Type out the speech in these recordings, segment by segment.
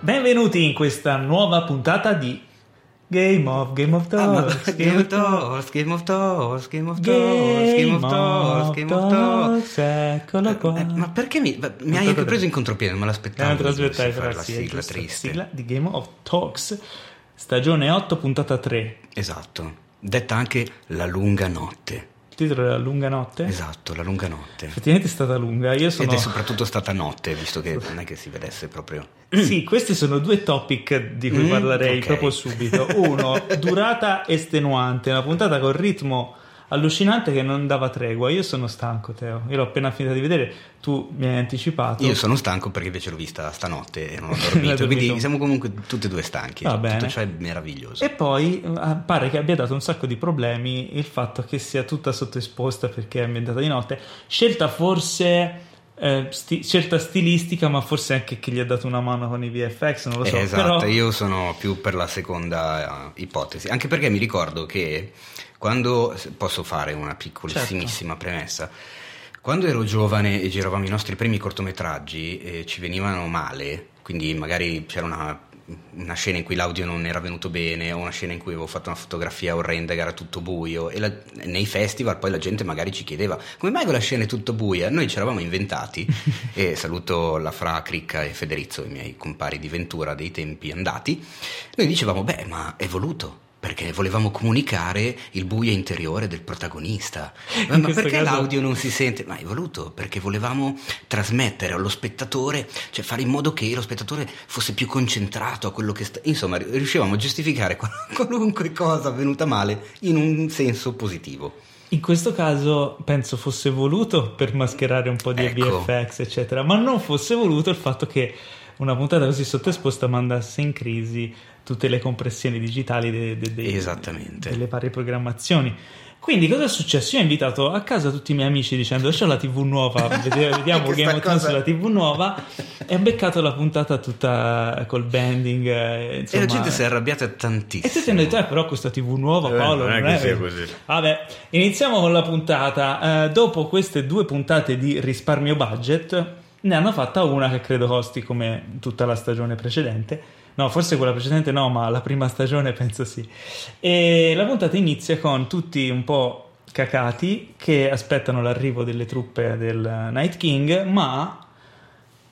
Benvenuti in questa nuova puntata di Game of Game of Ah, ma- Thrones. Game of Thrones, Game of Thrones, Game of Thrones, Game Game of Thrones, Game of Thrones. Eccolo qua. Eh, Eh, ma perché mi, ma- mi hai anche preso in contropiede? Non me l'aspettavo. Non te l'aspettai, Dovessi fare la Frazzi, è sigla giusto, triste. sigla di Game of Talks, stagione 8, puntata 3. Esatto. Detta anche La lunga notte. Il titolo della lunga notte. Esatto, La lunga notte. Effettivamente è stata lunga. Io Eh? sono... Ed è soprattutto stata notte, visto che non è che si vedesse proprio. Sì, questi sono due topic di cui Mm, parlerei ok. proprio subito. Uno, durata estenuante, una puntata con ritmo allucinante che non dava tregua. Io sono stanco, Teo. Io l'ho appena finita di vedere, tu mi hai anticipato. Io sono stanco perché invece l'ho vista stanotte e non ho L'hai dormito. dormito. quindi siamo comunque tutti e due stanchi. Va Tutto bene. ciò è meraviglioso. E poi eh, pare che abbia dato un sacco di problemi il fatto che sia tutta sottoesposta perché è ambientata di notte. Scelta forse. eh, sti- scelta stilistica, ma forse anche che gli ha dato una mano con i VFX, non lo so. Eh, esatto, però... io sono più per la seconda eh, ipotesi, anche perché mi ricordo che quando se posso fare una Certo. piccolissimissima premessa. Quando ero giovane e giravamo i nostri primi cortometraggi eh, ci venivano male, quindi magari c'era una, una scena in cui l'audio non era venuto bene o una scena in cui avevo fatto una fotografia orrenda che era tutto buio e la- nei festival poi la gente magari ci chiedeva come mai quella scena è tutto buia? Noi ci eravamo inventati e saluto la Fra Cricca e Federizzo, i miei compari di Ventura dei tempi andati, noi dicevamo beh ma è voluto. Perché volevamo comunicare il buio interiore del protagonista. Ma, In ma questo perché caso- l'audio non si sente, ma è voluto perché volevamo trasmettere allo spettatore, cioè fare in modo che lo spettatore fosse più concentrato a quello che sta... Insomma, ri- riuscivamo a giustificare qual- qualunque cosa venuta male in un senso positivo. In questo caso penso fosse voluto per mascherare un po' di Ecco. VFX, eccetera, ma non fosse voluto il fatto che una puntata così sottoesposta mandasse in crisi tutte le compressioni digitali de- de- dei- Esattamente. delle varie programmazioni. Quindi cosa è successo? Io ho invitato a casa tutti i miei amici dicendo c'è la TV nuova, vede- vediamo Che Game sta of Thrones cosa- sulla TV nuova e ho beccato la puntata tutta col bending. eh, e insomma, la gente si è arrabbiata tantissimo. e tutti hanno detto, eh, però questa TV nuova, Eh, Paolo, non è che sia così. Vabbè, iniziamo con la puntata. Eh, dopo queste due puntate di risparmio budget, ne hanno fatta una che credo costi come tutta la stagione precedente. No, forse quella precedente no, ma la prima stagione penso sì. E la puntata inizia con tutti un po' cacati che aspettano l'arrivo delle truppe del Night King, ma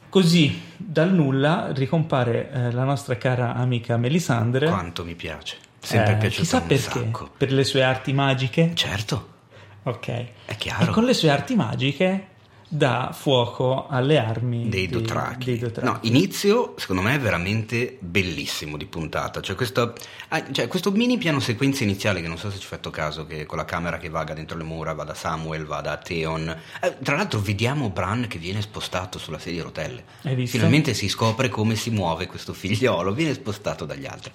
così dal nulla ricompare eh, la nostra cara amica Melisandre. Quanto mi piace. Sempre Eh, piaciuta chissà un perché, sacco. per le sue arti magiche. Certo, Ok. è chiaro. E con le sue arti magiche dà fuoco alle armi dei di- Dothraki. dei Dothraki. No, inizio secondo me è veramente bellissimo di puntata, cioè questo, ah, cioè, questo mini piano sequenza iniziale che non so se ci ho fatto caso, che con la camera che vaga dentro le mura, va da Samuel, va da Theon, Eh, tra l'altro vediamo Bran che viene spostato sulla sedia a rotelle, Hai visto? finalmente si scopre come si muove questo figliolo, viene spostato dagli altri,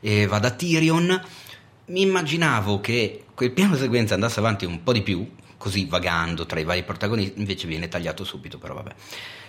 e va da Tyrion, mi immaginavo che quel piano sequenza andasse avanti un po' di più, così vagando tra i vari protagonisti, invece viene tagliato subito, però vabbè.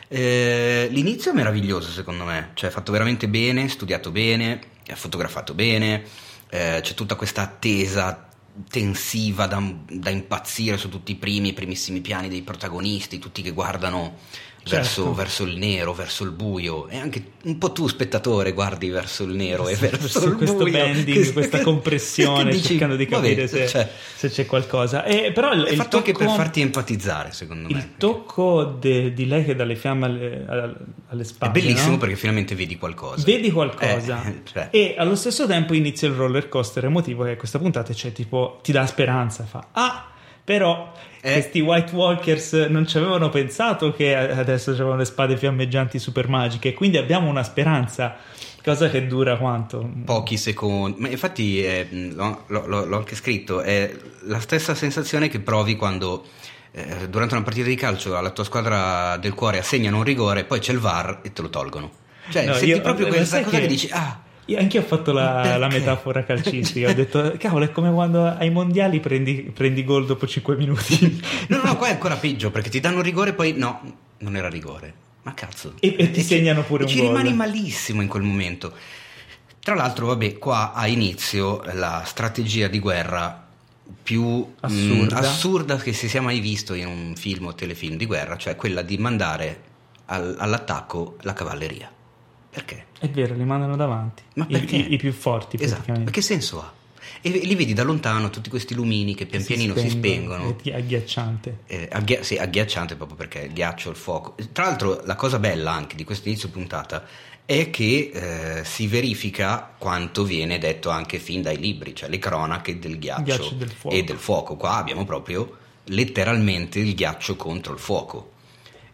Eh, l'inizio è meraviglioso secondo me, cioè è fatto veramente bene, studiato bene, è fotografato bene, eh, c'è tutta questa attesa tensiva da, da impazzire su tutti i primi, i primissimi piani dei protagonisti, tutti che guardano Certo. verso, verso il nero, verso il buio e anche un po' tu spettatore guardi verso il nero e Sì, verso questo- il questo buio. bending, Che- questa compressione, che dici, cercando di vabbè, capire se, cioè, se c'è qualcosa. E, però il, è il fatto anche per tocco- farti empatizzare secondo me. il tocco de- di lei che dà le fiamme alle, al- alle è spalle. bellissimo no? perché finalmente vedi qualcosa. Vedi qualcosa Eh, cioè. e allo stesso tempo inizia il roller coaster emotivo che a questa puntata c'è tipo ti dà speranza, fa ah però Eh. questi White Walkers non ci avevano pensato che adesso c'erano le spade fiammeggianti super magiche, quindi abbiamo una speranza, cosa che dura quanto? pochi secondi. Ma infatti eh, mh, l'ho, l'ho- l'ho- l'ho anche scritto, è la stessa sensazione che provi quando eh, durante una partita di calcio alla tua squadra del cuore assegnano un rigore, poi c'è il VAR e te lo tolgono. Cioè, No, senti io- proprio ma questa sai cosa che- che dici, ah, Io- Anch'io ho fatto la, Perché? la metafora calcistica, ho detto cavolo è come quando ai mondiali prendi, prendi gol dopo 5 minuti no, no, qua è ancora peggio perché ti danno un rigore, poi no, non era rigore. Ma cazzo. E- e ti ci- segnano pure e un ci gol. rimani malissimo in quel momento. Tra l'altro, vabbè, qua ha inizio la strategia di guerra più mm, Assurda. assurda che si sia mai visto in un film o telefilm di guerra, cioè quella di mandare al- all'attacco la cavalleria. Perché? È vero, li mandano davanti. Ma I- perché? I, i più forti, Esatto. Ma praticamente. che senso ha? E li vedi da lontano tutti questi lumini che pian pianino si spengono. È ghi- agghiacciante. Eh, aghia- sì, agghiacciante proprio perché il ghiaccio, il fuoco. Tra l'altro, la cosa bella anche di questo inizio puntata è che eh, si verifica quanto viene detto anche fin dai libri, cioè le cronache del ghiaccio, Ghiaccio del fuoco. e del fuoco. Qua abbiamo proprio letteralmente il ghiaccio contro il fuoco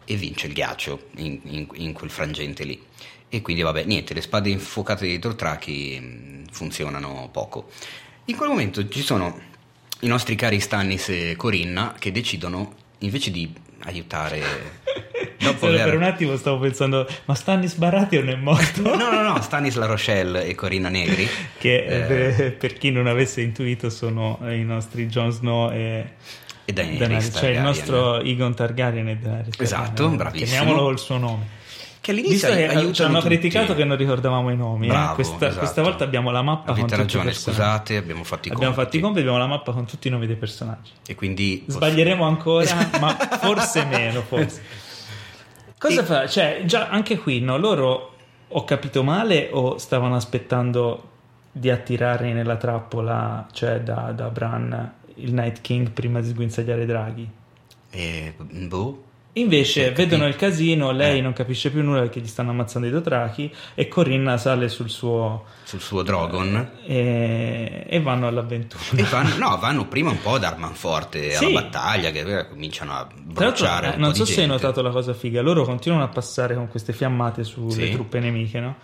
e vince il ghiaccio in, in- in quel frangente lì. E quindi, vabbè, niente, le spade infuocate dei Dothraki mh, mm, funzionano poco. In quel momento ci sono i nostri cari Stannis e Corinna che decidono invece di aiutare dopo Solo aver- per un attimo stavo pensando, ma Stannis Baratheon è morto? No, no, no, Stannis La Rochelle e Corinna Negri. Che Eh. per, per chi non avesse intuito sono eh, i nostri Jon Snow e E Daenerys Daenerys, cioè il Targaryen. nostro Egon Targaryen e Daenerys Esatto, Targaryen, bravissimo. chiamiamolo col suo nome Che visto all'inizio che ai- eh, ci hanno aiutano tutti. criticato che non ricordavamo i nomi eh. Bravo, questa, esatto. questa volta abbiamo la mappa con Avete tutti i ragione, personaggi. scusate, abbiamo fatto i abbiamo compiti. fatto i compiti abbiamo la mappa con tutti i nomi dei personaggi E quindi sbaglieremo ancora ma forse meno forse cosa E- fa cioè già anche qui no loro ho capito male o stavano aspettando di attirarli nella trappola cioè da, da Bran il Night King prima di sguinzagliare i draghi Eh, boh. Invece Ho capito. vedono il casino, lei Eh. non capisce più nulla perché gli stanno ammazzando i dotrachi e Corinna sale sul suo sul suo Drogon. e, e vanno all'avventura. E vanno, no, vanno prima un po' ad Armanforte alla Sì. battaglia, che eh, cominciano a Tra l'altro, bruciare. eh, un non po' so di se hai gente. notato la cosa figa, loro continuano a passare con queste fiammate sulle Sì. truppe nemiche, no?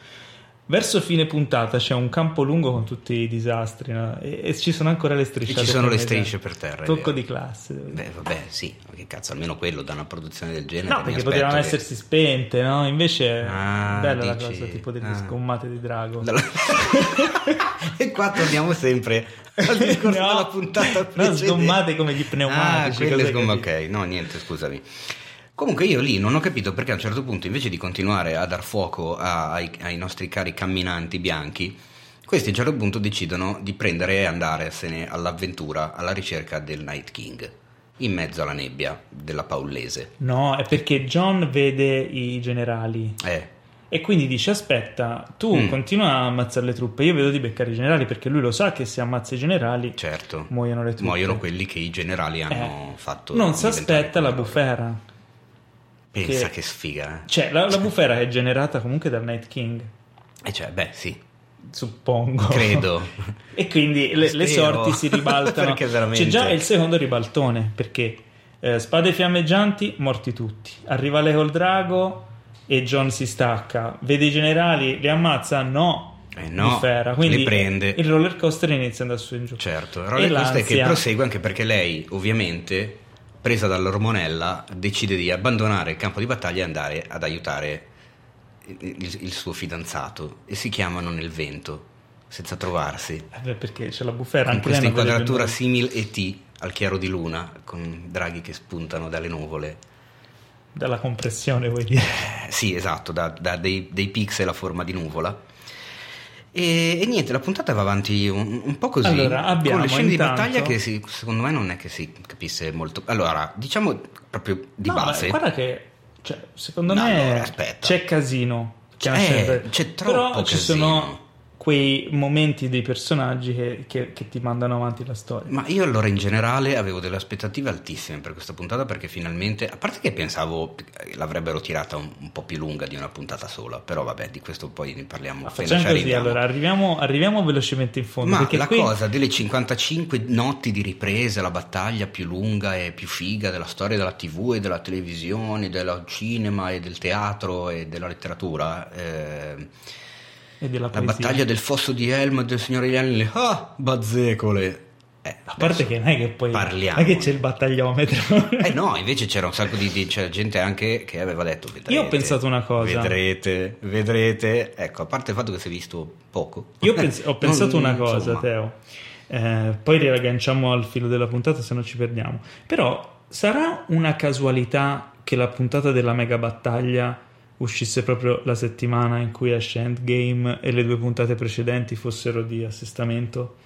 Verso fine puntata c'è un campo lungo con tutti i disastri no? e, e ci sono ancora le E strisce. ci sono le per terra. strisce per terra. è Tocco vero. di classe. devo dire. Beh, vabbè, sì, ma che cazzo, almeno quello da una produzione del genere. No, mi perché aspetto potevano che- essersi spente, no? Invece Ah, bella la dici? cosa, tipo delle Ah. sgommate di drago. Dalla- e qua torniamo sempre al discorso No, della puntata no, precedente. sgommate come gli pneumatici, Ah, quelle cose sgomme, così. ok. No, niente, scusami. Comunque io lì non ho capito perché a un certo punto invece di continuare a dar fuoco a- ai, ai nostri cari camminanti bianchi, questi a un certo punto decidono di prendere e andarsene all'avventura, alla ricerca del Night King, in mezzo alla nebbia della Paulese. No, è perché John vede i generali Eh, e quindi dice: Aspetta, tu Mm. continua a ammazzare le truppe, io vedo di beccare i generali perché lui lo sa che se ammazza i generali certo. muoiono le truppe. Muoiono quelli che i generali hanno fatto. Eh. Non si diventare aspetta la come loro. bufera. Pensa che- che, sfiga, eh. Cioè, la, la bufera è generata comunque dal Night King, E cioè, beh, sì, suppongo. credo. E quindi le, le Spero. sorti si ribaltano. Perché veramente- C'è già il secondo ribaltone, perché eh, spade fiammeggianti, morti tutti. Arriva lei col drago e John si stacca. Vede i generali, li ammazza? No. Eh no, Bufera. Quindi li prende. Il roller coaster inizia ad andare su e in giù. certo, il roller E coaster che l'ansia. prosegue anche perché lei, ovviamente, presa dall'ormonella, decide di abbandonare il campo di battaglia e andare ad aiutare il, il- il suo fidanzato. E si chiamano nel vento, senza trovarsi. Eh beh, perché c'è la bufera Con anche lei questa non vede più inquadratura nulla. simile ET al chiaro di luna, con draghi che spuntano dalle nuvole. dalla compressione, vuoi dire. Eh, Sì, esatto, da, da dei, dei pixel a forma di nuvola. E, e niente, la puntata va avanti un, un po' così. Allora, abbiamo con le scene intanto- di battaglia che si- secondo me non è che si capisse molto. Allora, diciamo proprio di No, ma base. guarda che cioè, secondo No, me allora, aspetta. c'è casino. Che C'è- non sempre- c'è troppo Però ci casino. sono quei momenti dei personaggi che, che- che ti mandano avanti la storia. Ma io allora in generale avevo delle aspettative altissime per questa puntata perché finalmente, a parte che pensavo che l'avrebbero tirata un, un po' più lunga di una puntata sola, però vabbè, di questo poi ne parliamo Ma appena facciamo ci così, arriviamo. allora arriviamo, arriviamo velocemente in fondo. Ma perché la qui cosa delle 55 notti di riprese, la battaglia più lunga e più figa della storia della TV e della televisione, del cinema e del teatro e della letteratura, ehm, è della la poesia. battaglia del fosso di Helm e del Signore degli Anelli, ah, bazzecole! Eh, A parte che non è che poi Parliamo. non è che c'è il battagliometro. eh no, invece c'era un sacco di, di- c'era gente anche che aveva detto vedrete. Io ho pensato una cosa. Vedrete, vedrete. Ecco, a parte il fatto che si è visto poco. Io pens- ho pensato Non- una cosa, insomma. Teo. Eh, poi riagganciamo al filo della puntata, se no ci perdiamo. Però sarà una casualità che la puntata della mega battaglia uscisse proprio la settimana in cui esce Endgame e le due puntate precedenti fossero di assestamento?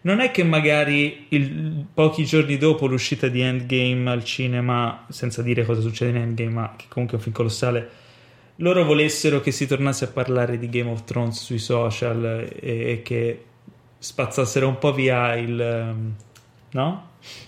Non è che magari il- pochi giorni dopo l'uscita di Endgame al cinema, senza dire cosa succede in Endgame, ma che comunque è un film colossale, loro volessero che si tornasse a parlare di Game of Thrones sui social e, e che spazzassero un po' via il, ehm, no?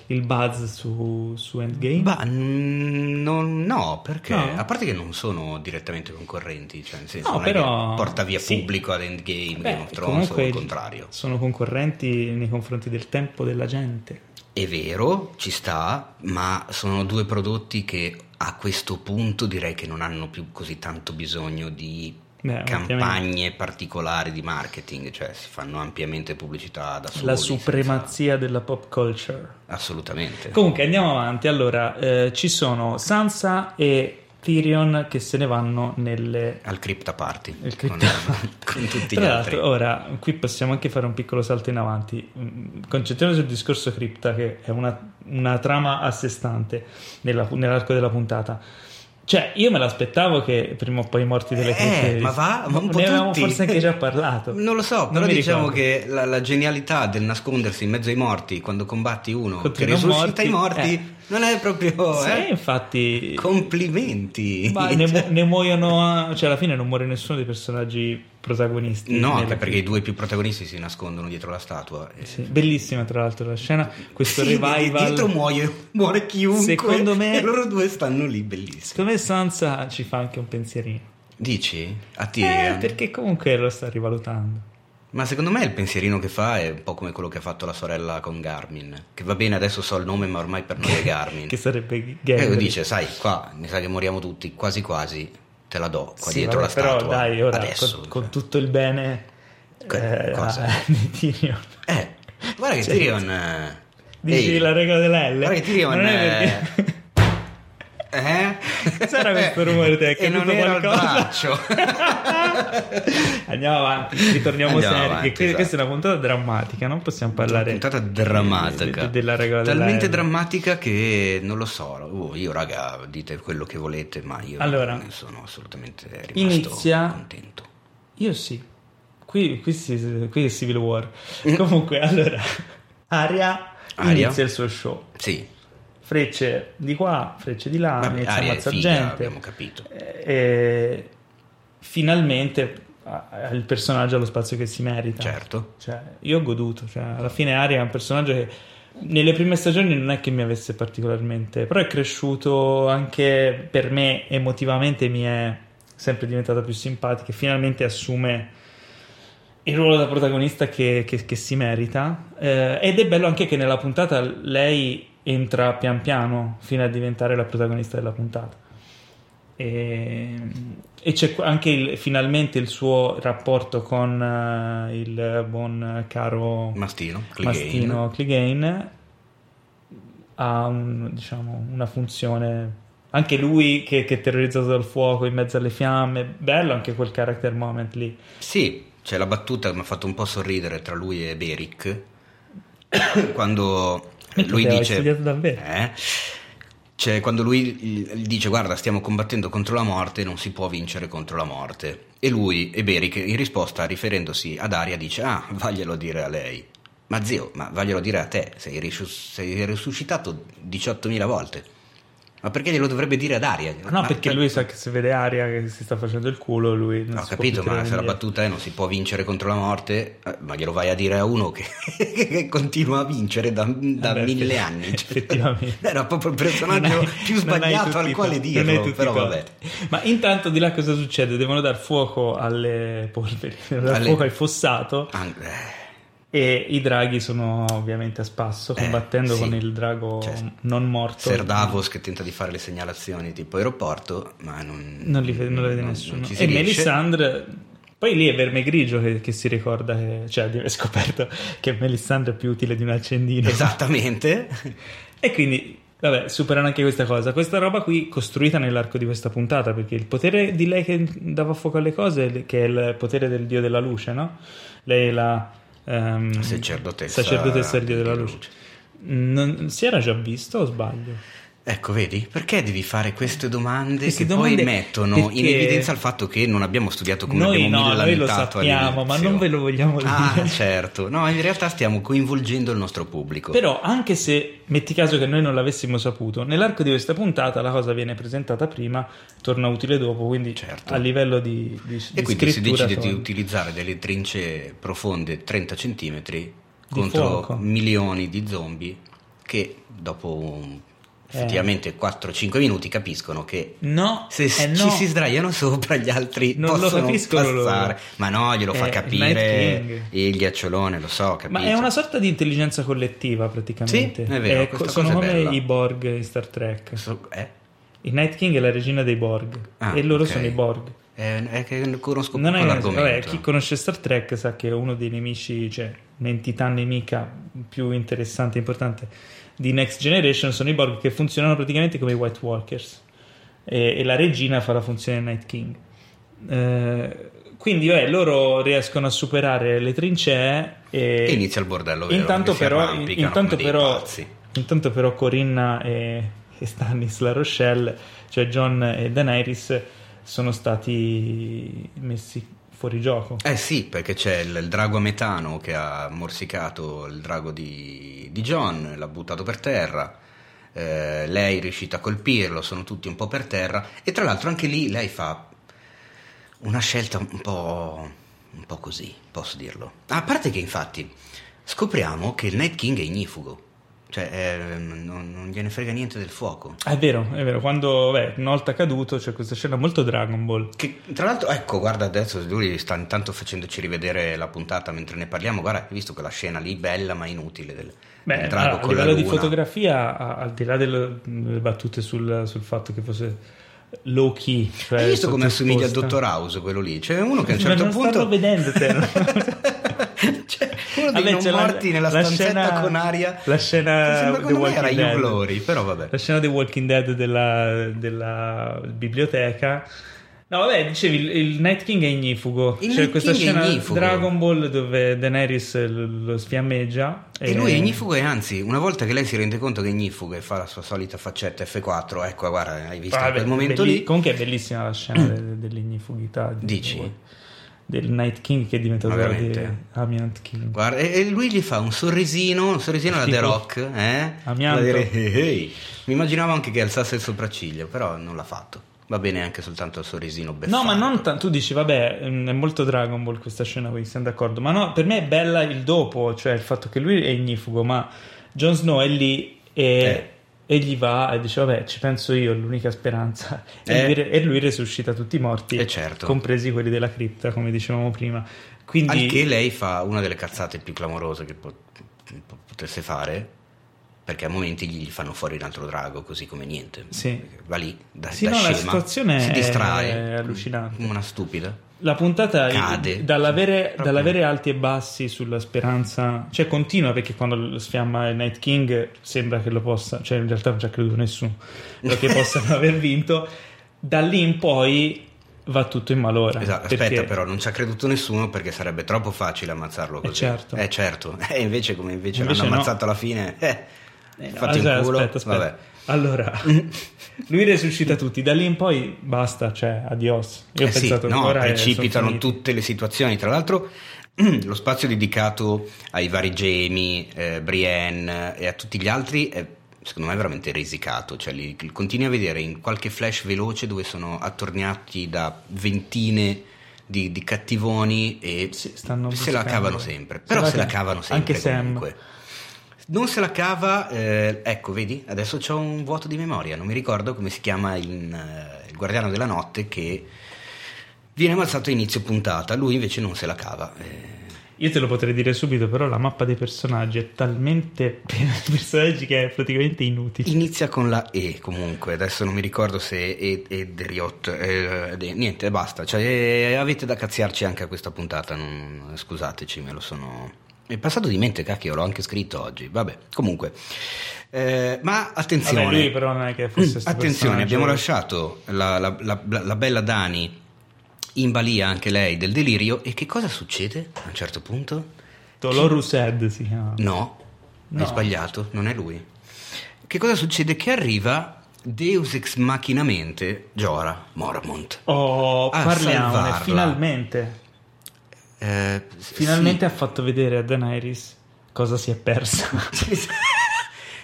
il buzz su, su Endgame. Bah, n- non- no, perché No? a parte che non sono direttamente concorrenti, cioè nel senso No, non è che però- porta via sì. pubblico ad Endgame, Beh, Game of Thrones o comunque il contrario. Sono concorrenti nei confronti del tempo della gente. È vero, ci sta, ma sono due prodotti che a questo punto direi che non hanno più così tanto bisogno di Beh, Eh, ovviamente. campagne particolari di marketing, cioè si fanno ampiamente pubblicità da soli. La senza- supremazia della pop culture. Assolutamente. Comunque andiamo avanti. Allora, eh, ci sono Sansa e Tyrion che se ne vanno nelle Al Crypta Party. Il con, cripta- con tutti Tra gli altri. l'altro, ora qui possiamo anche fare un piccolo salto in avanti. Mm, Concentriamoci sul discorso cripta, che è una, una trama a sé stante nella- nell'arco della puntata. Cioè, io me l'aspettavo che prima o poi i morti delle Eh, cripte. ma va, ma un po' ne avevamo tutti. forse anche già parlato. Non lo so, Non però mi diciamo ricordo. che la, la genialità del nascondersi in mezzo ai morti quando combatti uno Contro che i non risuscita i morti, eh. morti non è proprio... Sì, eh? infatti. Complimenti! Cioè, ma ne, mu- ne muoiono. Cioè, alla fine non muore nessuno dei personaggi protagonisti. No, nella anche perché cripta. i due più protagonisti si nascondono dietro la statua. E- Sì, Bellissima, tra l'altro, la scena. Questo Sì, revival. Dietro muoio- muore chiunque. Secondo me- E loro due stanno lì, bellissimi. Secondo me Sansa ci fa anche un pensierino. Dici? A Eh, Tyrion? perché comunque lo sta rivalutando. Ma secondo me il pensierino che fa è un po' come quello che ha fatto la sorella con Garmin. Che va bene, adesso so il nome, ma ormai per noi è Garmin. Che e sarebbe lui Gendry. Eh, dice, sai, qua mi sa che moriamo tutti, quasi quasi, te la do, qua Sì, dietro vabbè, la statua. Però dai, ora adesso. con, con cioè. tutto il bene Que- eh, cosa? a- di Tyrion. Eh, guarda che Cioè, Tyrion... eh, Dici ehi, la regola dell'L. guarda che Tyrion... Non è eh, perché- Eh? C'era questo rumore, ti è E non caduto era il qualcosa? braccio. Andiamo avanti, ritorniamo Andiamo seri. avanti, che que- esatto. Questa è una puntata drammatica, non possiamo Una parlare puntata de- drammatica. de- della regola della Talmente L. drammatica che non lo so. oh, io, raga, dite quello che volete, ma io Allora. ne sono assolutamente rimasto Inizia- contento. Io sì. Qui, qui si- qui è Civil War. Mm. Comunque, allora, Aria Arya. inizia il suo show. Sì, Frecce di qua, frecce di là, vabbè, Ah, inizia a aria è ammazzare figa, gente. Eh, abbiamo capito. E finalmente ha- ha il personaggio ha lo spazio che si merita. Certo. Cioè, io ho goduto. Cioè, alla fine Aria è un personaggio che nelle prime stagioni non è che mi avesse particolarmente, però è cresciuto anche per me emotivamente, mi è sempre diventata più simpatica e finalmente assume il ruolo da protagonista che, che- che si merita. Eh, ed è bello anche che nella puntata lei entra pian piano fino a diventare la protagonista della puntata. E, Ehm, e c'è qu- anche il- finalmente il suo rapporto con eh, il buon caro Mastino, Clegane. Mastino Clegane ha un- diciamo, una funzione anche lui che, che è terrorizzato dal fuoco in mezzo alle fiamme bello anche quel character moment lì Sì, c'è la battuta che mi ha fatto un po' sorridere tra lui e Beric. quando Minchia, lui te l'hai dice... studiato davvero. Eh? Cioè, quando lui gli- gli dice guarda stiamo combattendo contro la morte non si può vincere contro la morte e lui e Beric in risposta riferendosi ad Aria dice ah vaglielo a dire a lei ma zio ma vaglielo a dire a te sei, risus- sei risuscitato 18.000 volte ma perché glielo dovrebbe dire ad Aria no perché lui sa che se vede Aria che si sta facendo il culo lui non ho si può capito, più ma tirare se la indietro. battuta è non si può vincere contro la morte, eh, ma glielo vai a dire a uno che, che continua a vincere da, da Vabbè, mille Eh effetti- anni. cioè. effettivamente. Era proprio il Non personaggio hai- più non hai sbagliato tutti al i quale torti, non hai dirlo, tutti però i torti. vabbè. Ma intanto di là cosa succede? Devono dar fuoco alle polveri, devono dar Alle- fuoco al fossato An- eh, e i draghi sono ovviamente a spasso Eh, combattendo sì. con il drago Cioè, non morto. Ser Davos che tenta di fare le segnalazioni tipo aeroporto, ma non, Non, li vede- non lo vede non- nessuno. non ci si e riesce. Melisandre... Poi lì è Vermegrigio che, che si ricorda, che, cioè ha scoperto che Melisandre è più utile di un Esatto, accendino. Esattamente. E quindi, vabbè, superano anche questa cosa. Questa roba qui costruita nell'arco di questa puntata, perché il potere di lei che dava fuoco alle cose, che è il potere del dio della luce, no? Lei è la ehm, Sacerdotessa sacerdotessa del dio della della luce. Non- si era già visto o sbaglio? Eh, Ecco, vedi, perché devi fare queste domande Queste che domande- poi mettono in perché- evidenza il fatto che non abbiamo studiato come Noi abbiamo no, noi lo millamentato sappiamo, ma all'inizio. non ve lo vogliamo dire. Ah, certo. No, in realtà stiamo coinvolgendo il nostro pubblico. Però, anche se metti caso che noi non l'avessimo saputo, nell'arco di questa puntata la cosa viene presentata prima, torna utile dopo. Quindi, Certo. a livello di, di, E di quindi si scrittura decide di torna. utilizzare delle trincee profonde 30 cm contro fuoco. milioni di zombie che dopo Eh. un- effettivamente 4-5 minuti capiscono che No, se eh s- no. ci si sdraiano sopra gli altri Non lo possono capiscono loro. passare. Ma no, glielo fa Eh, Night King. capire il ghiacciolone, lo so, capito? Ma è una sorta di intelligenza collettiva praticamente. Sì, è vero, Eh, co- questa sono cosa è come bella. i Borg in Star Trek. So- eh? Il Night King è la regina dei Borg Ah, e loro ok. sono i Borg. Eh, è che conosco Non è poco l'argomento. vabbè, chi conosce Star Trek sa che uno dei nemici, cioè un'entità nemica più interessante e importante di Next Generation sono i Borg che funzionano praticamente come i White Walkers e, e la regina fa la funzione Night King. Eh, quindi vabbè, loro riescono a superare le trincee e, E inizia il bordello vero, Intanto che si però, arrampicano intanto, come dei però, pazzi. intanto però Corinna e, e Stannis La Rochelle, cioè John e Daenerys, sono stati messi fuori gioco. Eh sì, perché c'è il, il drago metano che ha morsicato il drago di, di John, l'ha buttato per terra. eh, lei è riuscita a colpirlo, sono tutti un po' per terra. E tra l'altro anche lì lei fa una scelta un po', un po' così, posso dirlo. A parte che infatti scopriamo che il Night King è ignifugo, cioè ehm, non, non gliene frega niente del fuoco. Ah, è vero, è vero, quando vabbè, una volta caduto c'è questa scena molto Dragon Ball. Che tra l'altro, ecco, guarda adesso lui sta intanto facendoci rivedere la puntata mentre ne parliamo. Guarda, hai visto quella scena lì, bella ma inutile del, Beh, del drago allora, a con la livello luna. di fotografia, a- al di là del- delle battute sul, sul fatto che fosse low key, cioè hai visto come assomiglia al sottoposta- dottor House quello lì? C'è uno che a un Ma certo non punto. stanno vedendo te. C'è uno dei Vabbè, non c'è la- morti nella la stanzetta scena- con aria. la scena Che The secondo me era Walking Hugh Dead. Laurie, però vabbè. La scena dei Walking Dead della, della biblioteca. No, vabbè, dicevi, il, il Night King è ignifugo. Il C'è Night questa King è scena ignifugo. Dragon Ball dove Daenerys l- lo sfiammeggia. E lui è ignifugo e anzi, una volta che lei si rende conto che è ignifugo e fa la sua solita faccetta F4, ecco, guarda, hai visto Vabbè, in quel momento belli- lì. Comunque è bellissima la scena de- dell'ignifugità. di- Dici? Del Night King che è diventato Ma di veramente? Amiant King. Guarda, e e lui gli fa un sorrisino, un sorrisino alla Tipo, The Rock, eh? amianto. Come dire, "Ehi, ehi". Mi immaginavo anche che alzasse il sopracciglio, però non l'ha fatto. Va bene anche soltanto il sorrisino No, beffardo. ma non tanto. Tu dici, vabbè, mm, è molto Dragon Ball questa scena, quindi siamo d'accordo. Ma no, per me è bella il dopo, cioè il fatto che lui è ignifugo, ma Jon Snow è lì e, Eh. e gli va e dice, vabbè, ci penso io, è l'unica speranza. E, Eh. lui, re- e lui resuscita tutti i morti, Eh, certo. compresi quelli della cripta, come dicevamo prima. Quindi, Al che lei fa una delle cazzate più clamorose che po- po- potesse fare, perché a momenti gli fanno fuori un altro drago, così come niente. Sì. Va lì, da, Sì, da no, la scema, situazione si è- distrae. è allucinante. Come una stupida. la puntata Cade. dall'avere, Proprio. dall'avere alti e bassi sulla speranza, cioè continua perché quando lo sfiamma il Night King sembra che lo possa, cioè in realtà non ci ha creduto nessuno, però che possano aver vinto, da lì in poi va tutto in malora. Esatto, Eh, perché- aspetta però, non ci ha creduto nessuno perché sarebbe troppo facile ammazzarlo così. certo. Eh certo, e invece come invece, Invece l'hanno no. ammazzato alla fine, eh, Eh, no, fatti aspetta, un culo, aspetta, aspetta. vabbè. Allora, lui resuscita tutti, da lì in poi basta, cioè adios. Io ho Eh sì, pensato che no, ora eh, precipitano sono finiti. tutte le situazioni, tra l'altro lo spazio dedicato ai vari Jamie, eh, Brienne eh, e a tutti gli altri è secondo me veramente risicato, cioè li, li continui a vedere in qualche flash veloce dove sono attorniati da ventine di, di cattivoni e Sì, stanno se la buscando. cavano sempre, però se la cavano sempre Anche Sam. comunque. Non se la cava, eh, ecco, vedi, adesso c'ho un vuoto di memoria, non mi ricordo come si chiama il, eh, il guardiano della notte che viene ammazzato a inizio puntata, lui invece non se la cava. eh. Io te lo potrei dire subito, però la mappa dei personaggi è talmente piena di personaggi che è praticamente inutile. Inizia con la E comunque, adesso non mi ricordo se E, e Deriot, eh, de- niente, basta, cioè, eh, avete da cazziarci anche a questa puntata, non- scusateci, me lo sono... È passato di mente, cacchio, l'ho anche scritto oggi, vabbè, comunque. Eh, ma attenzione... Mm, Vabbè, lui però non è che fosse sto Attenzione, personaggio. abbiamo lasciato la, la- la- la- la bella Dani in balia anche lei del delirio e che cosa succede a un certo punto? Dolorous Head si chiama. No, No. hai sbagliato, non è lui. Che cosa succede? Che arriva Deus ex machinamente Giora Mormont. Oh, A parliamone, Ah, salvarla. finalmente. Eh, Finalmente ha fatto vedere a Daenerys cosa si è persa.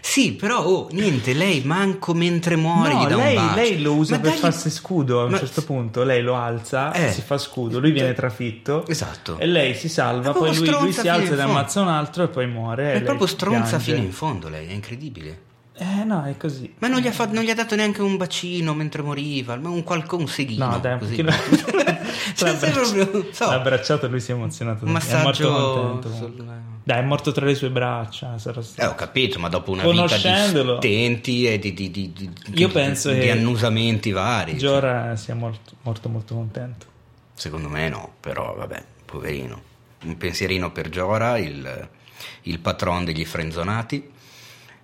Sì, però oh, niente, lei manco mentre muori gli no, dà lei, un bacio. lei lo usa Ma per dagli- farsi scudo a un Ma- certo punto. Lei lo alza, Eh. Cioè, si fa scudo, lui viene trafitto. Esatto. E lei si salva, È proprio poi lui, lui stronza si fino in alza ed fondo. ammazza un altro e poi muore. È lei proprio stronza piange. fino in fondo lei, è incredibile. Eh no, è così. Ma non gli, ha fa- non gli ha dato neanche un bacino mentre moriva, ma un qualcosa, un seghino. No, dai, un così. pochino- cioè, sei proprio, so, L'ha abbracciato e lui si è emozionato. un È morto contento. massaggio... comunque. sul- Dai, è morto tra le sue braccia. Sarà Eh, stato- ho capito, ma dopo una vita Conoscendolo. di stenti e di, di, di, di- Io di- penso di che- annusamenti vari. cioè, Giora eh, sia morto, morto molto contento. secondo me no, però vabbè, poverino. Un pensierino per Giora, il, il patron degli frenzonati.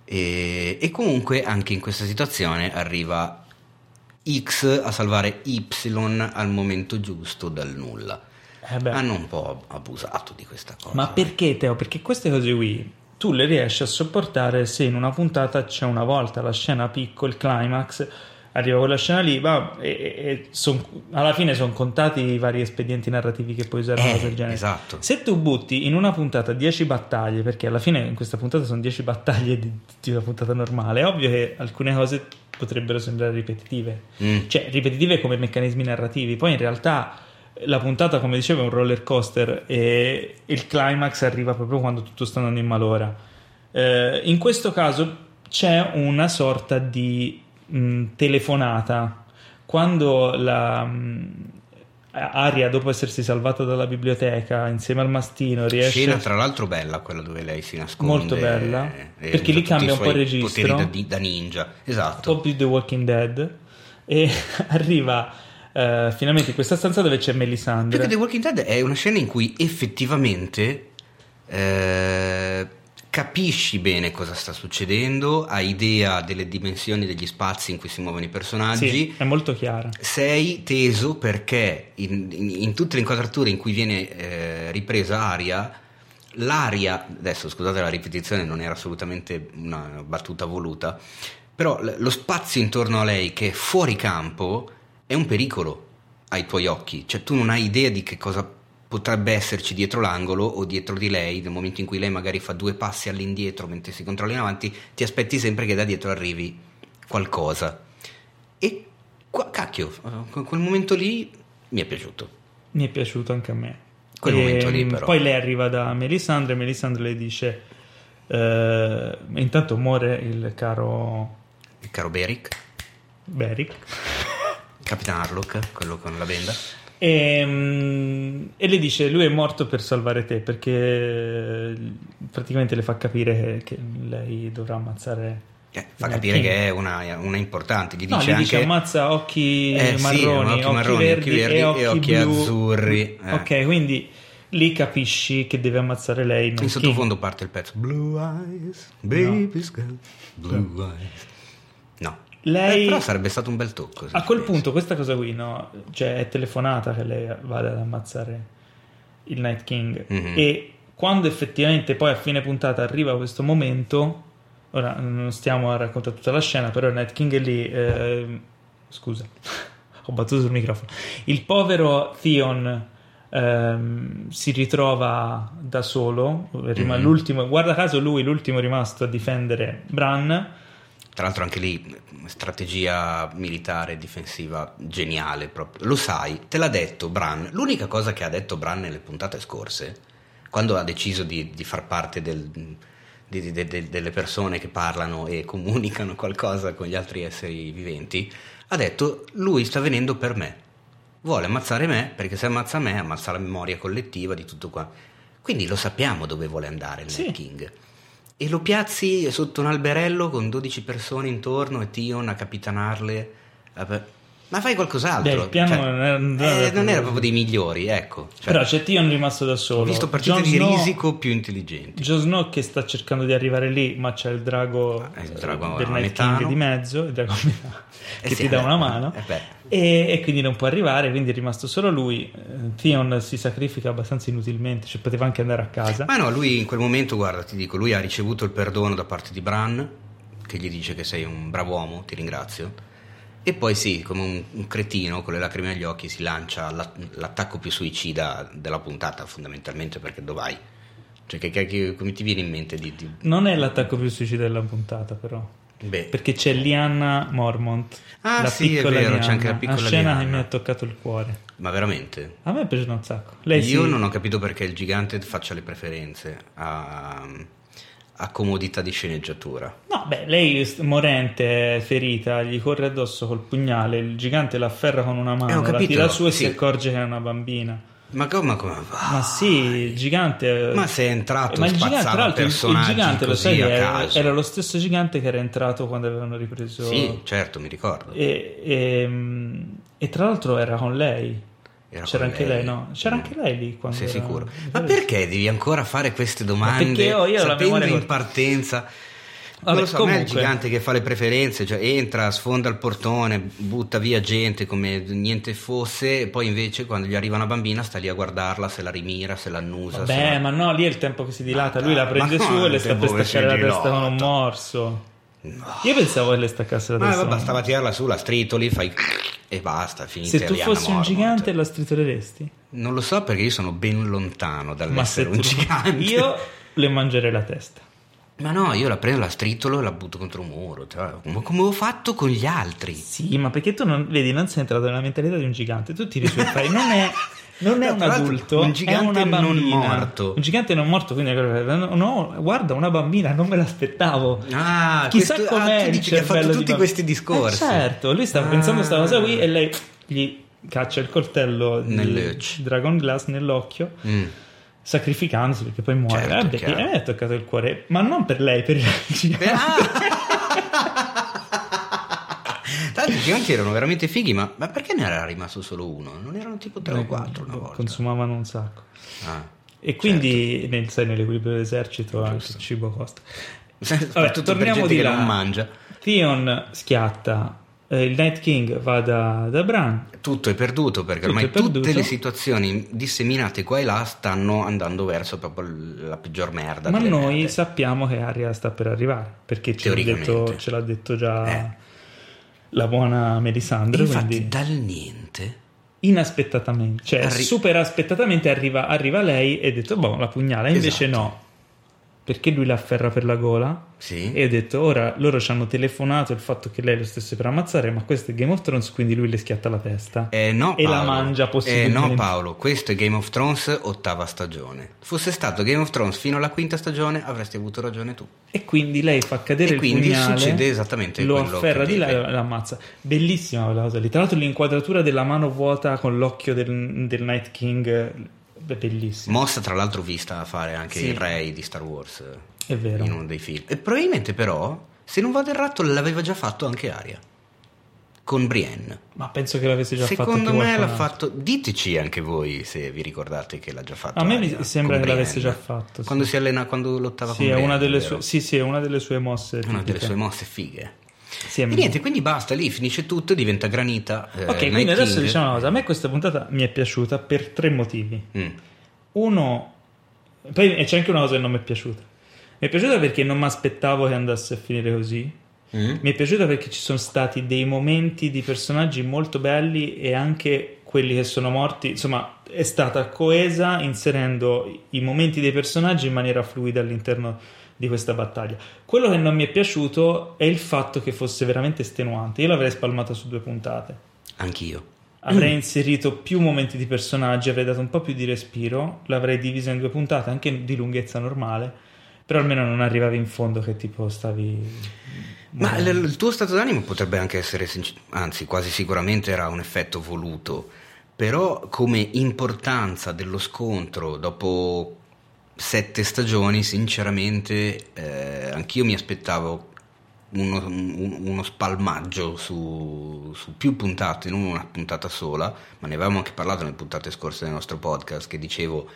E, e comunque anche in questa situazione arriva X a salvare Y al momento giusto dal nulla. Eh beh. Hanno un po' abusato di questa cosa. Ma perché Teo? Perché queste cose qui tu le riesci a sopportare se in una puntata c'è una volta la scena picco, il climax, arriva quella scena lì, va, e, e- e son- alla fine sono contati i vari espedienti narrativi che puoi usare. una Eh, cosa del genere. esatto. Se tu butti in una puntata 10 battaglie, perché alla fine in questa puntata sono 10 battaglie di, di una puntata normale, è ovvio che alcune cose potrebbero sembrare ripetitive Mm. cioè ripetitive come meccanismi narrativi. Poi in realtà la puntata, come dicevo, è un roller coaster e il climax arriva proprio quando tutto sta andando in malora. Eh, in questo caso c'è una sorta di mh, telefonata quando la. mh, Aria, dopo essersi salvata dalla biblioteca insieme al mastino, riesce Scena tra l'altro bella quella dove lei si nasconde. Molto bella, e- e perché usa lì tutti cambia i un po' il suoi registro. Poteri da, di- da ninja, esatto. un po' più The Walking Dead e arriva eh, finalmente in questa stanza dove c'è Melisandre. Perché The Walking Dead è una scena in cui effettivamente eh, capisci bene cosa sta succedendo, hai idea delle dimensioni degli spazi in cui si muovono i personaggi. Sì, è molto chiara. Sei teso perché in, in- in tutte le inquadrature in cui viene eh, ripresa aria, l'aria, adesso scusate la ripetizione, non era assolutamente una battuta voluta, però l- lo spazio intorno a lei che è fuori campo è un pericolo ai tuoi occhi, cioè tu non hai idea di che cosa potrebbe esserci dietro l'angolo o dietro di lei, nel momento in cui lei magari fa due passi all'indietro mentre si controlla in avanti, ti aspetti sempre che da dietro arrivi qualcosa. E qua, cacchio, eh, quel momento lì mi è piaciuto. Mi è piaciuto anche a me. Quel momento lì, mm, però. Poi lei arriva da Melisandre e Melisandre le dice: eh, Intanto muore il caro Il caro Beric, Beric. Capitan Harlock, quello con la benda. E, mm, e le dice: Lui è morto per salvare te perché praticamente le fa capire che, che lei dovrà ammazzare. Eh, fa il capire King. che è una, una importante. Gli dice No, gli dice anche... ammazza occhi Eh, sì, marroni, occhi occhi, marroni, verdi, occhi verdi e e occhi, occhi blu. azzurri, eh. Ok, quindi lì capisci che deve ammazzare lei. non in King. sottofondo parte il pezzo Blue Eyes, Baby's Girl, Blue Eyes. No. Lei- Eh, però sarebbe stato un bel tocco. se A ci quel pensi. punto, questa cosa qui, no? Cioè, è telefonata che lei vada ad ammazzare il Night King. Mhm. E quando effettivamente poi a fine puntata arriva questo momento, ora non stiamo a raccontare tutta la scena, però il Night King è lì. ehm, scusa, ho battuto sul microfono. Il povero Theon. ehm, si ritrova da solo, rimane Mhm. l'ultimo, guarda caso lui l'ultimo rimasto a difendere Bran, Tra l'altro anche lì strategia militare difensiva geniale proprio. Lo sai, te l'ha detto Bran. L'unica cosa che ha detto Bran nelle puntate scorse, quando ha deciso di, di far parte del- di- di- de- de- delle persone che parlano e comunicano qualcosa con gli altri esseri viventi, ha detto lui sta venendo per me. Vuole ammazzare me perché se ammazza me ammazza la memoria collettiva di tutto qua. Quindi lo sappiamo dove vuole andare il Sì. Night King. E lo piazzi sotto un alberello con 12 persone intorno e Tion a capitanarle. a pe- Ma fai qualcos'altro. Beh, il piano non era- non era eh, proprio- non era proprio dei migliori, ecco. Cioè, però c'è Theon rimasto da ho solo. visto partite Jon di Snow- risico più intelligenti. Jon Snow che sta cercando di arrivare lì, ma c'è il drago, Eh, il drago eh, del Night metano. King di mezzo, il drago metano, Eh che sì, ti dà eh, una mano, eh, beh. e, e quindi non può arrivare, quindi è rimasto solo lui. Eh, Theon si sacrifica abbastanza inutilmente, cioè poteva anche andare a casa. Ma no, lui in quel momento, guarda, ti dico, lui ha ricevuto il perdono da parte di Bran, che gli dice che sei un bravo uomo, ti ringrazio. E poi sì, come un, un cretino con le lacrime agli occhi si lancia alla- l'attacco più suicida della puntata fondamentalmente perché dov'hai? Cioè che, che- che- come ti viene in mente di... di- Non è l'attacco più suicida della puntata, però. beh, Perché c'è Lianna Mormont. Eh. Ah, la sì, è piccola vero, c'è Lianna, anche la piccola Una scena che Lianna. mi ha toccato il cuore. Ma veramente? A me è piaciuta un sacco. Lei Io sì, non ho capito perché il gigante faccia le preferenze a, a comodità di sceneggiatura. No, beh, lei st- morente, ferita, gli corre addosso col pugnale, il gigante la afferra con una Eh, ho mano, la capito, tira su e sì. si accorge che è una bambina. Ma come? come va? Ma sì, il gigante... Ma sei entrato Ma il gigante, tra spazzando l'altro, il- il personaggi gigante, lo così sai, che a era, caso? era lo stesso gigante che era entrato quando avevano ripreso... Sì, certo, mi ricordo. E, e- e tra l'altro era con lei. Era C'era con anche lei, no? C'era anche lei lì quando Sei era- sicuro? Sì. Ma perché devi ancora fare queste domande? Ma perché ho- io ho la sapendo memoria in corta. partenza. Vabbè, non lo so, a me è il comunque- gigante che fa le preferenze, cioè entra, sfonda il portone, butta via gente come niente fosse, e poi invece quando gli arriva una bambina sta lì a guardarla, se la rimira, se l'annusa. se Beh, la- ma no, lì è il tempo che si dilata. Ma Lui la dai, prende ma su e le sta quante per voci staccare la di testa con lotta. un morso. No. Io pensavo che le staccasse la Ma testa. vabbè, con un bastava tirarla su, la stritoli, fai e basta, finita. Se tu Rihanna fossi un Mormont. gigante la stritoleresti? Non lo so perché io sono ben lontano dall'essere tu- un gigante. Io le mangerei la testa. Ma no, io la prendo, la stritolo e la butto contro un muro. cioè, ma come ho fatto con gli altri? Sì, ma perché tu non vedi, non sei entrato nella mentalità di un gigante. Tu tiri su e fai. Non è, non è No, un tra l'altro, adulto, un è gigante una non bambina. morto. Un gigante non morto, quindi no, guarda, una bambina, non me l'aspettavo. Ah, Chissà questo- ah, com'è tu il dici che ha fatto cervello di tutti bambina. questi discorsi. Eh, certo, lui stava Ah. pensando questa cosa qui e lei gli caccia il coltello di Nelle- Dragon Glass nell'occhio. Mm. sacrificandosi perché poi muore. Certo, Eh, perché chiaro. a me ha toccato il cuore, ma non per lei, per il gigante. Tanti giganti erano veramente fighi, ma, ma perché ne era rimasto solo uno? Non erano tipo Eh, tre o quattro boh, una volta. Consumavano un sacco. Ah. E quindi Certo. nel, sai, nell'equilibrio dell'esercito anche il cibo costa. Soprattutto per torniamo gente di che là. non mangia. Theon schiatta, eh, il Night King va da, da Bran. Tutto è perduto perché Tutto ormai è perduto. tutte le situazioni disseminate qua e là stanno andando verso proprio la peggior merda. Ma delle noi merde. sappiamo che Arya sta per arrivare perché ce l'ha Teoricamente. detto, ce l'ha detto già Eh. la buona Melisandre. Infatti, Quindi dal niente inaspettatamente, cioè Arri- super aspettatamente arriva, arriva lei e ha detto boh la pugnala, invece Esatto. no, perché lui la afferra per la gola Sì. e ho detto ora loro ci hanno telefonato il fatto che lei lo stesse per ammazzare, ma questo è Game of Thrones quindi lui le schiatta la testa Eh, no, e la Paolo. mangia Eh possibilmente. no Paolo, questo è Game of Thrones ottava stagione. Fosse stato Game of Thrones fino alla quinta stagione avresti avuto ragione tu. E quindi lei fa cadere E il quindi pugnale, succede esattamente lo quello afferra che di là deve. e lo ammazza. Bellissima quella cosa lì. Tra l'altro l'inquadratura della mano vuota con l'occhio del, del Night King, eh, bellissima. Mossa tra l'altro vista fare anche Sì. il re di Star Wars eh, È vero. in uno dei film. E probabilmente però, se non vado errato, l'aveva già fatto anche Aria. Con Brienne. Ma penso che l'avesse già fatto Secondo anche me l'ha qualcun altro. fatto. Diteci anche voi se vi ricordate che l'ha già fatto. A me mi Arya sembra con che l'avesse Brienne. già fatto, sì. Quando si allena, quando lottava Sì, con è Brienne. una delle sue, vero? sì, sì, è una delle sue mosse. Una delle tipiche. sue mosse fighe. Sì, è E niente, quindi basta, lì finisce tutto, diventa granita. eh, Ehm. Ok, Night quindi adesso King. diciamo una cosa. A me questa puntata mi è piaciuta per tre motivi. Mm. Uno, poi e c'è anche una cosa che non mi è piaciuta. Mi è piaciuta perché non mi aspettavo che andasse a finire così. Mm. Mi è piaciuta perché ci sono stati dei momenti di personaggi molto belli e anche quelli che sono morti. Insomma, è stata coesa inserendo i- i momenti dei personaggi in maniera fluida all'interno di questa battaglia. Quello che non mi è piaciuto è il fatto che fosse veramente estenuante. Io l'avrei spalmata su due puntate. Anch'io. Avrei inserito più momenti di personaggi, avrei dato un po' più di respiro, l'avrei divisa in due puntate, anche di lunghezza normale, però almeno non arrivavi in fondo che tipo stavi... Ma l- il tuo stato d'animo potrebbe anche essere, sinc- anzi quasi sicuramente era un effetto voluto, però come importanza dello scontro dopo sette stagioni, sinceramente eh, anch'io mi aspettavo uno, un- uno spalmaggio su, su più puntate, non una puntata sola, ma ne avevamo anche parlato nelle puntate scorse del nostro podcast che dicevo...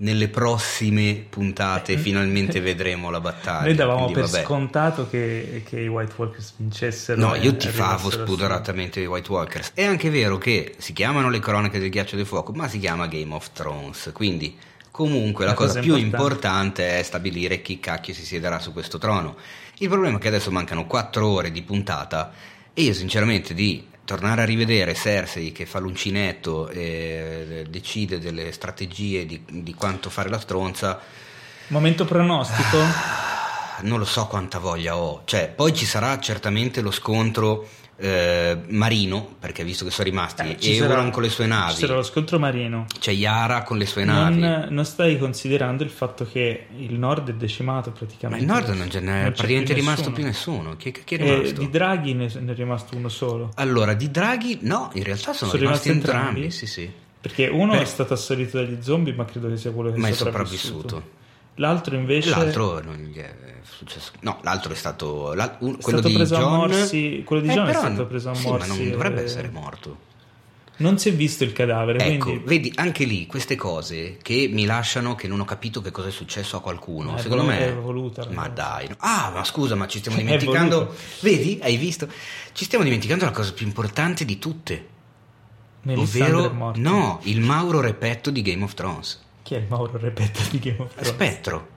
Nelle prossime puntate finalmente vedremo la battaglia. Eh. Noi davamo quindi per vabbè. scontato che, che i White Walkers vincessero. No, e io tifavo arrivassero spudoratamente i White Walkers. È anche vero che si chiamano le cronache del ghiaccio e del fuoco, ma si chiama Game of Thrones. Quindi Comunque la, cosa, cosa più importante è stabilire chi cacchio si siederà su questo trono. Il problema è che adesso mancano 4 ore di puntata e io sinceramente di tornare a rivedere Cersei che fa l'uncinetto e eh, decide delle strategie di, di quanto fare la stronza. Momento pronostico? Ah, Non lo so quanta voglia ho, cioè poi ci sarà certamente lo scontro eh, marino, perché visto che sono rimasti eh, Euron sarà, con le sue navi. C'era lo scontro marino. C'è Yara con le sue non, eh, navi. Non stai considerando il fatto che il nord è decimato praticamente. Ma il nord non, ce n'è non praticamente più rimasto più nessuno. Chi, chi è rimasto? Eh, di Draghi ne, ne, è rimasto uno solo. Allora, di Draghi no, in realtà sono, sono rimasti, rimasti, entrambi. entrambi. Sì, sì. Perché uno Beh. è stato assalito dagli zombie, ma credo che sia quello che ma è sopravvissuto. sopravvissuto. L'altro invece. L'altro non gli è successo. No, l'altro è stato. L'al... Un... È quello, stato di preso John... a morsi. quello di John eh, è stato preso a sì, morsi. eh. Ma non dovrebbe e... essere morto. Non si è visto il cadavere. Ecco, quindi... vedi anche lì queste cose che mi lasciano che non ho capito che cosa è successo a qualcuno. Eh, Secondo me. È voluta, ma dai. No. Ah, ma scusa, ma ci stiamo dimenticando. vedi, hai visto? Ci stiamo dimenticando la cosa più importante di tutte. Melisandre ovvero, no, il Mauro Repetto di Game of Thrones. Chi è il Mauro Repetto di Game of Thrones? Spettro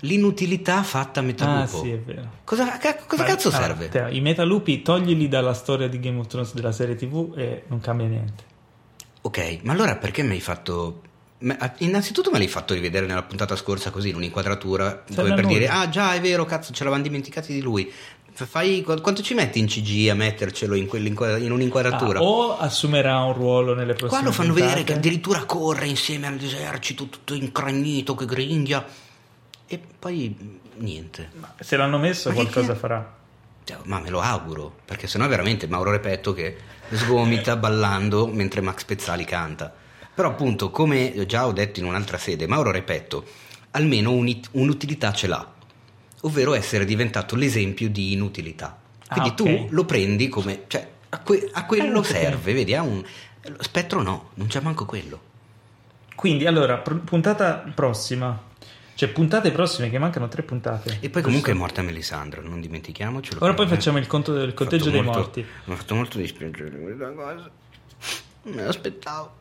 l'inutilità fatta a Metalupo. Ah, sì, è vero. Cosa, ca- cosa Ma, cazzo serve? Allora, te, I Metalupi toglili dalla storia di Game of Thrones della serie TV e non cambia niente. Ok, ma allora perché mi hai fatto. Ma, ah, innanzitutto me l'hai fatto rivedere nella puntata scorsa così, in un'inquadratura, Cioè, C'è dove per nulla. dire, ah già è vero, cazzo, ce l'avevamo dimenticati di lui. Fai, quanto ci metti in CG a mettercelo in, in un'inquadratura? Ah, o assumerà un ruolo nelle prossime Qua lo fanno puntate. vedere che addirittura corre insieme all'esercito, tutto incragnito, che gringhia. E poi niente. Ma se l'hanno messo, ma qualcosa che... farà. Cioè, ma me lo auguro, perché sennò è veramente Mauro Repetto che sgomita ballando mentre Max Pezzali canta. Però appunto, come già ho detto in un'altra sede, Mauro Repetto almeno un, un'utilità ce l'ha, ovvero essere diventato l'esempio di inutilità. Quindi ah, okay. tu lo prendi come... Cioè, a, que, a quello eh, serve, vedi, a un... Spettro no, non c'è manco quello. Quindi allora, pr- puntata prossima, cioè, puntate prossime che mancano tre puntate. E poi comunque è morta Melisandre, non dimentichiamocelo. Ora poi facciamo il, conto, il conteggio dei Eh, molto, morti. Mi ha fatto molto dispiacere questa cosa. Me l'aspettavo.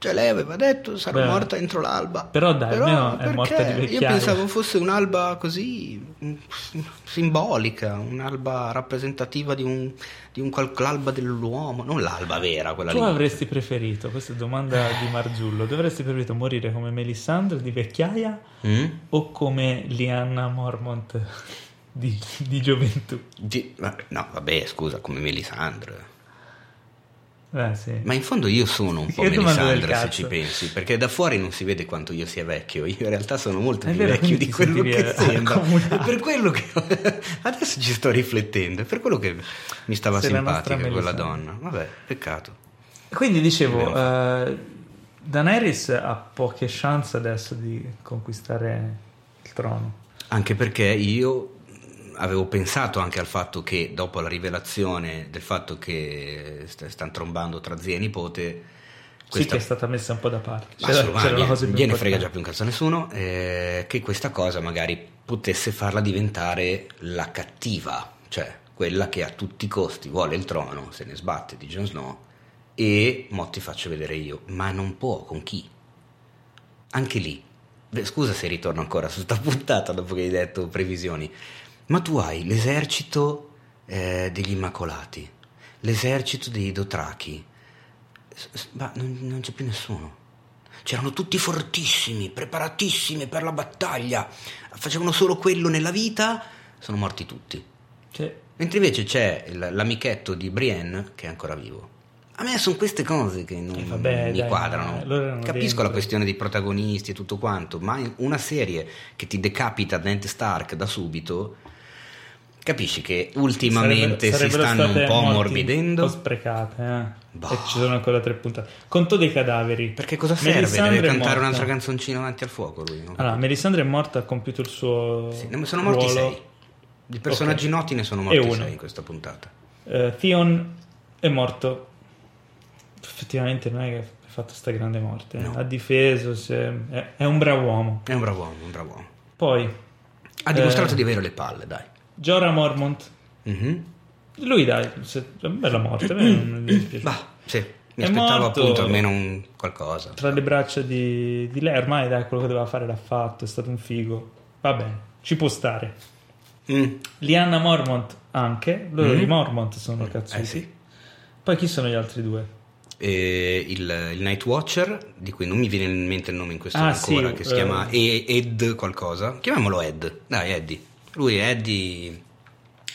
Cioè, lei aveva detto sarò Beh, morta entro l'alba. Però dai, Però, almeno è morta di vecchiaia. Io pensavo fosse un'alba così mm, simbolica, un'alba rappresentativa di un, di un qual- l'alba dell'uomo, non l'alba vera quella tu lì. Tu avresti preferito, questa è domanda di Marzullo, dovresti preferito morire come Melisandre di vecchiaia mm? o come Lianna Mormont di, di gioventù? Di, no, vabbè, scusa, come Melisandre. Eh, sì. Ma in fondo io sono un po' che Melisandre se ci pensi, perché da fuori non si vede quanto io sia vecchio, io in realtà sono molto è più vero, ecco, vecchio di quello che sembra. accomunato. Per quello che adesso ci sto riflettendo, è per quello che mi stava Sei la nostra simpatica quella Melisandre. donna. Vabbè, peccato. Quindi dicevo, eh, Daenerys ha poche chance adesso di conquistare il trono. Anche perché io avevo pensato anche al fatto che dopo la rivelazione del fatto che st- stanno trombando tra zia e nipote Sì, che è stata messa un po' da parte. Ma C'era, insomma, c'era la gliene- cosa più gliene importante. frega già più un cazzo a nessuno eh, che questa cosa magari potesse farla diventare la cattiva cioè quella che a tutti i costi vuole il trono se ne sbatte di Jon Snow e mo ti faccio vedere io ma non può con chi anche lì beh, scusa se ritorno ancora su sta puntata dopo che hai detto previsioni ma tu hai l'esercito eh, degli Immacolati, l'esercito dei Dotrachi, S- s- ma non, non c'è più nessuno. C'erano tutti fortissimi, preparatissimi per la battaglia, facevano solo quello nella vita, sono morti tutti. Cioè, Mentre invece c'è il- l'amichetto di Brienne che è ancora vivo. A me sono queste cose che non Eh, vabbè, mi dai, quadrano. eh, loro erano Capisco dentro. la questione dei protagonisti e tutto quanto, ma in una serie che ti decapita Dent Stark da subito, capisci che sarebbero- ultimamente si sarebbero stanno un state po' molti- ammorbidendo. Un po' sprecate, eh. Boh. E ci sono ancora tre puntate. Conto dei cadaveri. Perché cosa serve? Melisandre Deve è cantare morta. un'altra canzoncina davanti al fuoco lui. no? Allora, Melisandre è morta, ha compiuto il suo. Sì, ne- sono morti ruolo. sei. Di personaggi Ok. noti ne sono E morti uno. sei in questa puntata. Eh, Theon è morto. Effettivamente non è che ha fatto sta grande morte. eh. No. Ha difeso, si è, è- è un bravo uomo. È un bravo uomo, un bravo uomo. Poi, Ha Eh. dimostrato di avere le palle, dai. Jorah Mormont. Mhm. Lui dai, se- bella morte, a me non mi dispiace. Bah, sì. Mi È aspettavo morto. appunto almeno un qualcosa. Tra le braccia di, di lei, ormai dai, quello che doveva fare l'ha fatto, è stato un figo. Va bene, ci può stare. Mm. Lianna Mormont anche, loro Mm. di Mormont sono cazzuti. Eh sì. Poi chi sono gli altri due? E il, il Night Watcher, di cui non mi viene in mente il nome in questo Ah, momento ancora, sì, che eh. si chiama E- Ed qualcosa. Chiamiamolo Ed. Dai, Eddie. Lui è Eddie.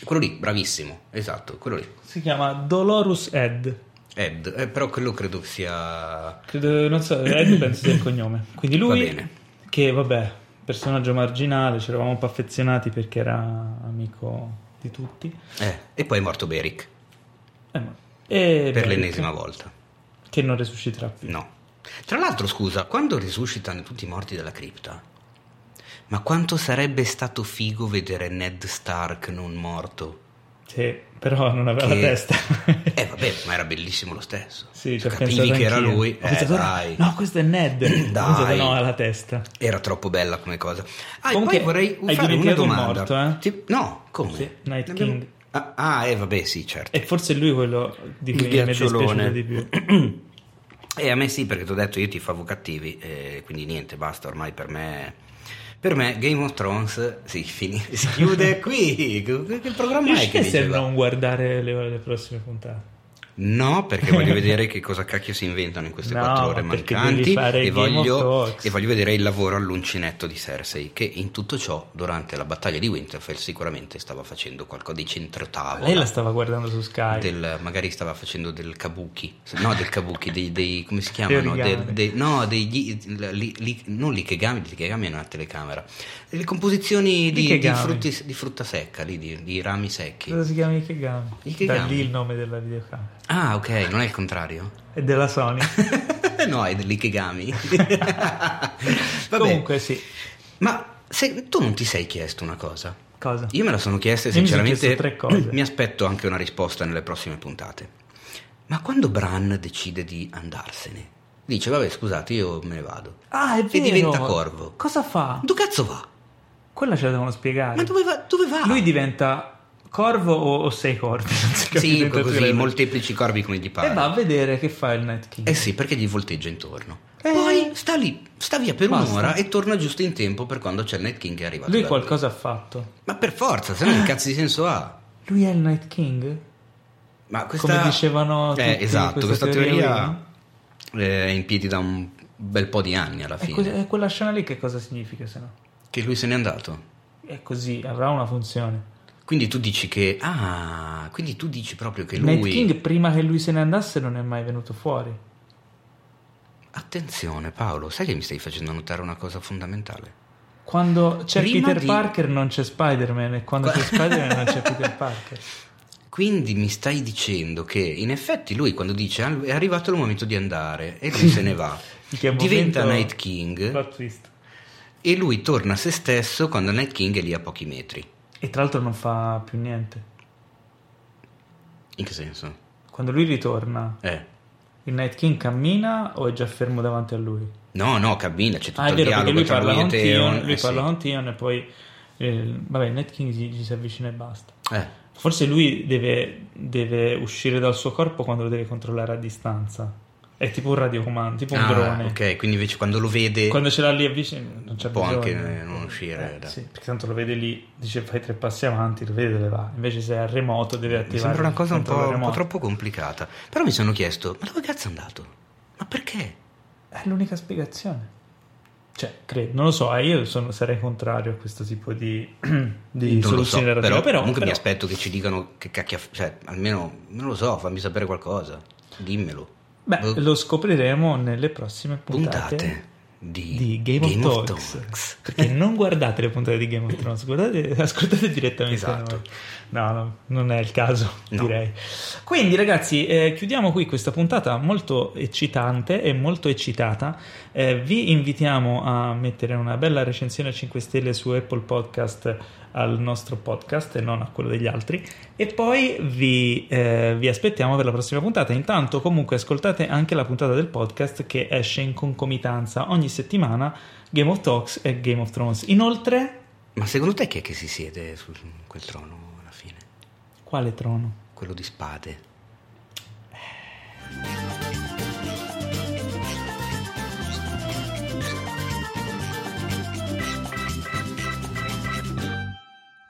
Quello lì, bravissimo. Esatto, quello lì. Si chiama Dolorus Ed. Ed, Eh, però quello credo sia. Credo, non so, Ed penso sia il cognome. Quindi lui, Va bene. che vabbè, personaggio marginale, ci eravamo un po' affezionati perché era amico di tutti. Eh, e poi è morto Beric Eh, ma- E per Beric, l'ennesima volta. Che non resusciterà più. No. Tra l'altro, scusa, quando risuscitano tutti i morti dalla cripta, ma quanto sarebbe stato figo vedere Ned Stark non morto? Sì, però non aveva Che- la testa. Eh vabbè, ma era bellissimo lo stesso. sì, ci Cioè, ho capivi pensato che era anch'io. lui. Ho Eh, pensato, "Ah, dai. No, questo è Ned. Ho pensato, no, ha la testa. Era troppo bella come cosa. Ah, Comunque, e poi vorrei hai fare una dimenticato il domanda. morto, eh? Ti- No, come? Sì, Night Abbiamo- King. Ah, ah, eh, vabbè, sì, certo. E forse è lui quello di Il cui mi è dispiaciuto ghiacciolone. di più. E a me sì, perché ti ho detto io ti favo cattivi, eh, quindi niente, basta, ormai per me... Per me Game of Thrones si, fini- si chiude qui. Che che programma è Riesci che a diceva? non guardare le, le prossime puntate? No, perché voglio vedere che cosa cacchio si inventano in queste No, quattro ore ma perché mancanti devi fare e Game of voglio, Thrones. e voglio vedere il lavoro all'uncinetto di Cersei che in tutto ciò durante la battaglia di Winterfell sicuramente stava facendo qualcosa di centrotavola Lei la stava guardando su Sky. del- magari stava facendo del kabuki no del kabuki dei, dei- come si chiamano origami. Del- dei- no degli li- li- non l'ichegami l'ichegami è una telecamera le composizioni di, di, L'ichigami. frutti- di frutta secca lì, di, di rami secchi Cosa si chiama Ikegami? Ikegami. Da lì il nome della videocamera. ah ok non è il contrario E della Sony. no, è dell'ikigami. Vabbè, Comunque sì. ma se, tu non ti sei chiesto una cosa? Cosa? Io me la sono chiesta e Io mi sono sinceramente chiesto tre cose. mi aspetto anche una risposta nelle prossime puntate. Ma quando Bran decide di andarsene, dice vabbè scusate io me ne vado. Ah, è E vero. diventa corvo. Cosa fa? Dove cazzo va? Quella ce la devono spiegare. Ma dove va? Dove va? Lui diventa corvo o, o sei corvi? Non si capisce sì, in tutte così, le- molteplici corvi come gli pare. E va a vedere che fa il Night King. Eh sì, perché gli volteggia intorno. Eh. Poi sta lì, sta via per Basta. un'ora e torna giusto in tempo per quando c'è il Night King che è arrivato. Lui da qualcosa ha fatto. Ma per forza, se no che cazzo di senso ha? Lui è il Night King? Ma questa... Come dicevano Eh, tutti, esatto, questa questa teoria, teoria eh, è in piedi da un bel po' di anni alla E fine. que- e quella scena lì che cosa significa se no? Che lui se n'è andato. È così, avrà una funzione. Quindi tu dici che... Ah, quindi tu dici proprio che Il Night lui... King prima che lui se ne andasse non è mai venuto fuori. Attenzione Paolo, sai che mi stai facendo notare una cosa fondamentale? Quando c'è Prima Peter di- Parker non c'è Spider-Man e quando c'è Spider-Man non c'è Peter Parker. Quindi mi stai dicendo che in effetti lui quando dice "Ah, è arrivato il momento di andare e lui se ne va, Che momento- diventa Night King Plot twist. e lui torna a se stesso quando Night King è lì a pochi metri. E tra l'altro non fa più niente. In che senso? Quando lui ritorna, Eh. il Night King cammina o è già fermo davanti a lui? No, no, cammina, c'è tutto Ah, è il vero, perché dialogo lui tra parla lui e con Tion, Theon. lui eh, parla con Theon e poi... eh, vabbè, il Night King gli, gli si avvicina e basta. sì. Eh, Forse lui deve, deve uscire dal suo corpo quando lo deve controllare a distanza. È tipo un radiocomando, tipo un ah, drone. ok, quindi invece quando lo vede... Quando ce l'ha lì avvicino non c'è Può bisogno. anche, eh, non uscire, dai. sì, perché tanto lo vede lì, dice fai tre passi avanti, lo vede dove va. Invece se è a remoto deve attivare Mi sembra una il cosa un po', controllo un po' remoto. troppo complicata. Però mi sono chiesto, ma dove cazzo è andato? Ma perché? È l'unica spiegazione. Cioè, credo, non lo so, eh, io sono- sarei contrario a questo tipo di, di non lo so, soluzione però, narrativa, comunque mi però- aspetto che ci dicano che cacchio... Cioè, almeno, non lo so, fammi sapere qualcosa. Dimmelo. Beh, lo scopriremo nelle prossime puntate, boh. Puntate di, di Game, of, Talks. Perché non guardate le puntate di Game of Thrones, guardate, ascoltate direttamente Esatto. noi. No, no, non è il caso, No. direi. Quindi, ragazzi, eh, chiudiamo qui questa puntata molto eccitante e molto eccitata. Eh, vi invitiamo a mettere una bella recensione a 5 stelle su Apple Podcast al nostro podcast e non a quello degli altri. E poi vi, eh, vi aspettiamo per la prossima puntata. Intanto, comunque, ascoltate anche la puntata del podcast che esce in concomitanza ogni settimana Game of Talks e Game of Thrones. Inoltre, Ma secondo te chi è che si siede su quel trono alla fine? quale trono? Quello di spade.